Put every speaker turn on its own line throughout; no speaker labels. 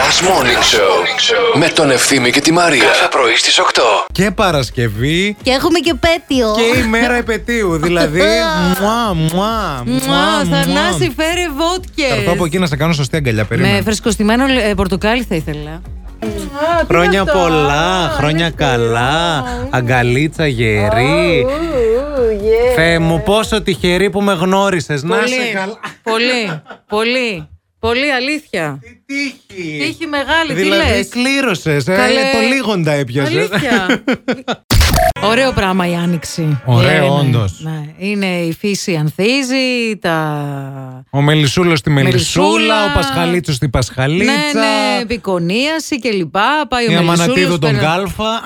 Last Morning Show με τον Ευθύμη και τη Μαρία. Κάθε πρωί στις 8.
Και Παρασκευή
Και έχουμε και πέτειο.
και η μέρα επαιτίου. Δηλαδή. Μουά, μουά, μουά.
Μα, Θανάση, φέρε
Θα έρθω από
βότκε.
εκεί να σε κάνω σωστή
Ναι,
αγκαλιά. Περίμενε.
Με φρεσκοστημένο ε, πορτοκάλι θα ήθελα.
Χρόνια πολλά, χρόνια καλά. Αγκαλίτσα γερή. Θεέ μου, πόσο τυχερή που με γνώρισες. Να
Πολύ,
σε καλά.
πολύ, πολύ, πολύ αλήθεια.
Τι τύχη.
Τύχη μεγάλη, τι
Δηλαδή,
λες.
κλήρωσες.
Καλέ.
Το λίγοντα έπιασες.
Αλήθεια. Ωραίο πράγμα η άνοιξη.
Ωραίο,
Λένε.
όντως.
Ναι. Είναι η φύση ανθίζει, τα.
Ο Μελισσούλος στη Μελισσούλα,
Μελισσούλα.
ο Πασχαλίτσος στη Πασχαλίτσα.
Ναι, ναι, επικονίαση και λοιπά. Πάει ο
Η
Μελισσούλος,
Αμανατίδου τον
παίρνει-
Κάλφα.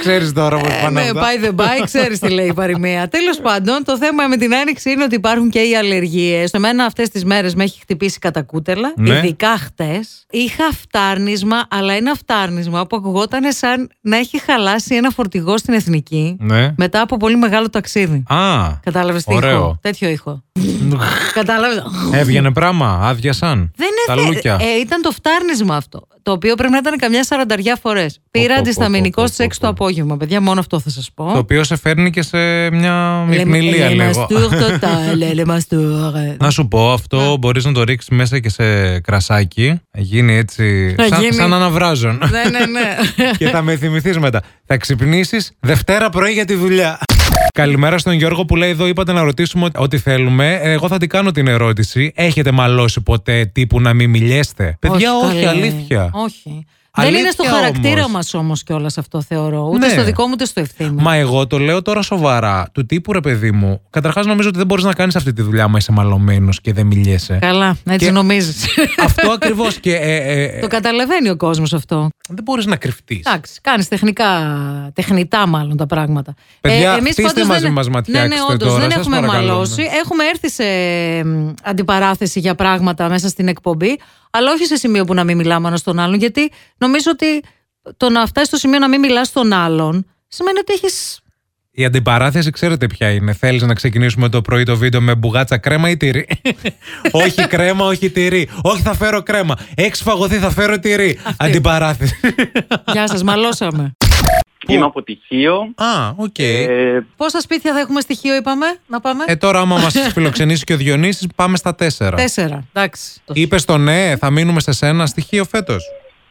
Ξέρεις τώρα πώς πάνε
Ναι,
αυτά.
by the by, ξέρεις τι λέει η παροιμία. Τέλος πάντων, το θέμα με την άνοιξη είναι ότι υπάρχουν και οι αλλεργίες. Εμένα αυτές τις μέρες με έχει χτυπήσει κατά κούτελα,
Ναι.
ειδικά χτες. Είχα φτάρνισμα, αλλά ένα φτάρνισμα που ακουγόταν σαν να έχει χαλάσει ένα φορτηγό στην εθνική
Ναι.
μετά από πολύ μεγάλο ταξίδι.
Α,
Κατάλαβες τι
ωραίο.
ήχο. Τέτοιο ήχο. Κατάλαβες.
Έβγαινε πράγμα, άδειασαν.
Δεν
Τα
έφε-
λούκια.
Ε, ήταν το φτάρνισμα αυτό. Το οποίο πρέπει να ήταν καμιά σαρανταριά φορές. Πήρα
πω, πω, πω,
αντισταμινικό
πω,
στι 6 το
πω.
απόγευμα. Παιδιά, μόνο αυτό θα σας πω.
Το οποίο σε φέρνει και σε μια
Le-
υπνηλία
le
λίγο.
mastour total, le mastour.
Να σου πω, αυτό μπορείς να το ρίξεις μέσα και σε κρασάκι. Να Γίνει έτσι.
Να
Σαν,
γίνει.
σαν αναβράζον.
Ναι, ναι, ναι.
και θα με θυμηθείς μετά. Θα ξυπνήσεις Δευτέρα πρωί για τη δουλειά. Καλημέρα στον Γιώργο που λέει εδώ είπατε να ρωτήσουμε ό- ό,τι θέλουμε. Εγώ θα την κάνω την ερώτηση. Έχετε μαλώσει ποτέ τύπου να μην μιλιέστε. Παιδιά,
Όχι,
όχι,
καλέ.
αλήθεια.
Όχι. Δεν
Αλήθεια
είναι στο χαρακτήρα
όμως.
μας όμως κιόλας αυτό θεωρώ. Ούτε
Ναι.
στο δικό μου ούτε στο ευθύνη.
Μα εγώ το λέω τώρα σοβαρά. Του τύπου ρε παιδί μου, καταρχάς νομίζω ότι δεν μπορείς να κάνεις αυτή τη δουλειά άμα είσαι μαλωμένος και δεν μιλιέσαι.
Καλά, έτσι
Και-
νομίζεις
αυτό ακριβώς και. ε, ε, ε,
το καταλαβαίνει ο κόσμος αυτό.
δεν μπορείς να κρυφτείς.
Εντάξει, κάνεις τεχνικά, τεχνητά μάλλον τα πράγματα. Ε,
Παιδιά,
εμείς
χτίστε
πάντως
μαζί
δεν-
μας ματιά,
Ναι, ναι,
άξιστε
όντως,
τώρα,
δεν
σας ναι.
έχουμε
παρακαλούμε.
μαλώσει. Έχουμε έρθει σε μ, αντιπαράθεση για πράγματα μέσα στην εκπομπή, αλλά όχι σε σημείο που να μην μιλάμε ένας στον άλλον, γιατί νομίζω ότι το να φτάσεις στο σημείο να μην μιλάς στον άλλον σημαίνει ότι έχεις.
Η αντιπαράθεση ξέρετε ποια είναι. Θέλεις να ξεκινήσουμε το πρωί το βίντεο με μπουγάτσα κρέμα ή τυρί. όχι κρέμα, όχι τυρί. Όχι, θα φέρω κρέμα. Έχει φαγωθεί, θα φέρω τυρί. αντιπαράθεση.
Γεια σας, μαλώσαμε.
Είμαι από τυχείο.
Α, οκ. Ε,
Ε,
Πόσα σπίτια θα έχουμε στοιχείο, είπαμε, να πάμε.
τώρα, άμα μας φιλοξενήσει και ο Διονύσης πάμε στα τέσσερα.
Τέσσερα. Εντάξει.
Είπε το ναι, θα μείνουμε σε σένα στοιχείο φέτο.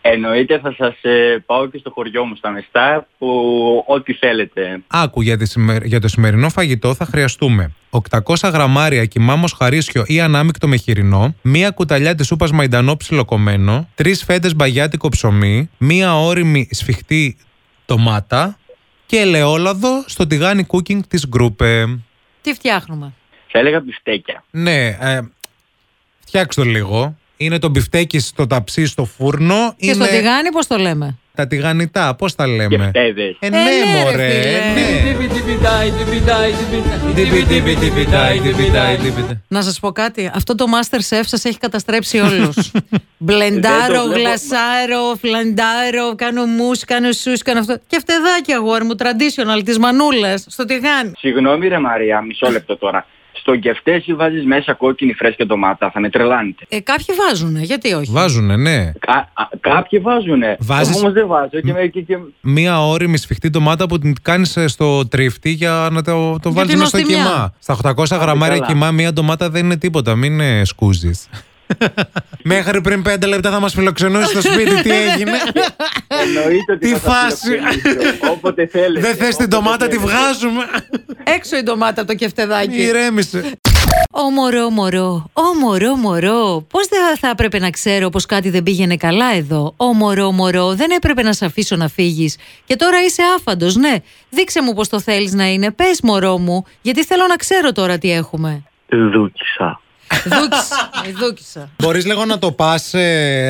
εννοείται θα σας ε, πάω και στο χωριό μου στα μεστά που ό,τι θέλετε.
Άκου για, τη σημερι- για το σημερινό φαγητό θα χρειαστούμε 800 γραμμάρια κοιμάμος χαρίσιο ή ανάμικτο με χοιρινό, μία κουταλιά της σούπας μαϊντανό ψιλοκομμένο, τρεις φέντες μπαγιάτικο ψωμί, μία όριμη σφιχτή ντομάτα και ελαιόλαδο στο τηγάνι cooking της γκρούπε.
Τι φτιάχνουμε.
Θα έλεγα μπιφτέκια.
Ναι, ε, φτιάξτε το λίγο. Είναι το μπιφτέκι στο ταψί στο φούρνο.
Και στο
είναι
τηγάνι, πώς το λέμε.
τα τηγανιτά, πώς τα
Και
λέμε.
φταίδες.
Ε,
ναι,
ναι,
ρε,
μωρέ,
φίλε.
ναι.
Να σας πω κάτι, αυτό το Masterchef σας έχει καταστρέψει όλους. Μπλεντάρω,
Ε, Δεν το βλέπω.
γλασάρω, φλαντάρω, κάνω μους, κάνω σους, κάνω αυτό. Και φτεδάκι αγόρι μου, traditional, τις μανούλες, στο τηγάνι.
Συγγνώμη ρε Μαρία, μισό λεπτό τώρα. Στον κεφτέσι βάζεις μέσα κόκκινη φρέσκια ντομάτα, θα με τρελάνετε.
Ε, κάποιοι βάζουνε, γιατί όχι.
Βάζουνε, ναι.
Κα- α, κάποιοι βάζουνε.
Βάζεις-
Εγώ όμως δεν βάζω και, με- και, και
μία όρημη σφιχτή ντομάτα που την κάνεις στο τρίφτη για να το, το βάλεις
την
μέσα στο
νοστιμιά.
κοιμά. Στα 800 γραμμάρια
καλά.
κοιμά, μία ντομάτα δεν είναι τίποτα. Μην ε, σκούζεις. Μέχρι πριν 5 λεπτά θα μας φιλοξενούσε στο σπίτι, τι έγινε.
εννοείται ότι
Ε, Τι
θα τα
φάση.
φιλοξενήσω, Όποτε θέλετε.
δεν θες την
όποτε
ντομάτα, τη
θέλετε.
βγάζουμε.
Έξω η ντομάτα από το κεφτεδάκι.
Ηρέμησε.
Ω μωρό, μωρό, ω μωρό, μωρό. Πώς δεν θα έπρεπε να ξέρω πως κάτι δεν πήγαινε καλά εδώ. Ω μωρό, μωρό, δεν έπρεπε να σε αφήσω να φύγεις. Και τώρα είσαι άφαντος, ναι. Δείξε μου πώ το θέλεις να είναι. Πες, μωρό μου, γιατί θέλω να ξέρω τώρα τι έχουμε.
Δούκισα.
δούκισα, ε, δούκισα.
Μπορείς λίγο να το πας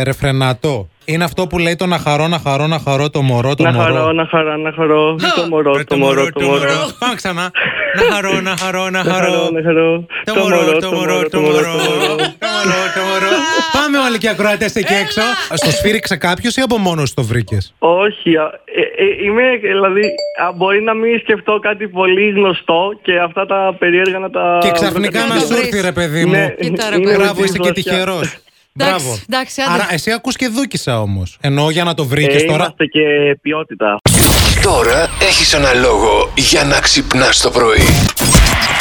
ρεφρενάτο. Είναι αυτό που λέει το να χαρώ, να χαρώ, να χαρώ το μωρό, το
Να
μωρό.
χαρώ, να χαρώ, να χαρώ. Το
Ε,
μωρό, το μωρό, το μωρό.
Πάμε ξανά. Να χαρώ, να χαρώ, να
Να χαρώ,
χαρώ.
να χαρώ.
Το μωρό, το μωρό, το μωρό, το μωρό, το μωρό. Πάμε όλοι και ακροατές εκεί έξω. Στο σφύριξε κάποιος ή από μόνος το βρήκες.
Όχι, α, ε, ε, είμαι, δηλαδή, α, μπορεί να μην σκεφτώ κάτι πολύ γνωστό και αυτά τα περίεργα να τα...
Και ξαφνικά
βρήκα
να σου
το βρήκα.
έρθει ρε παιδί
Ναι,
μου.
Κοίτα, ρε,
είμαι
παιδί
Μπράβο,
μου.
της
είσαι και
Γλωσσιάς.
τυχερός.
Εντάξει,
Μπράβο.
εντάξει, άντε.
Άρα εσύ ακούς και δούκισα όμως. Εννοώ για να το βρήκες
Ε,
τώρα.
Είμαστε και ποιότητα.
Τώρα έχεις ένα λόγο για να ξυπνάς το πρωί.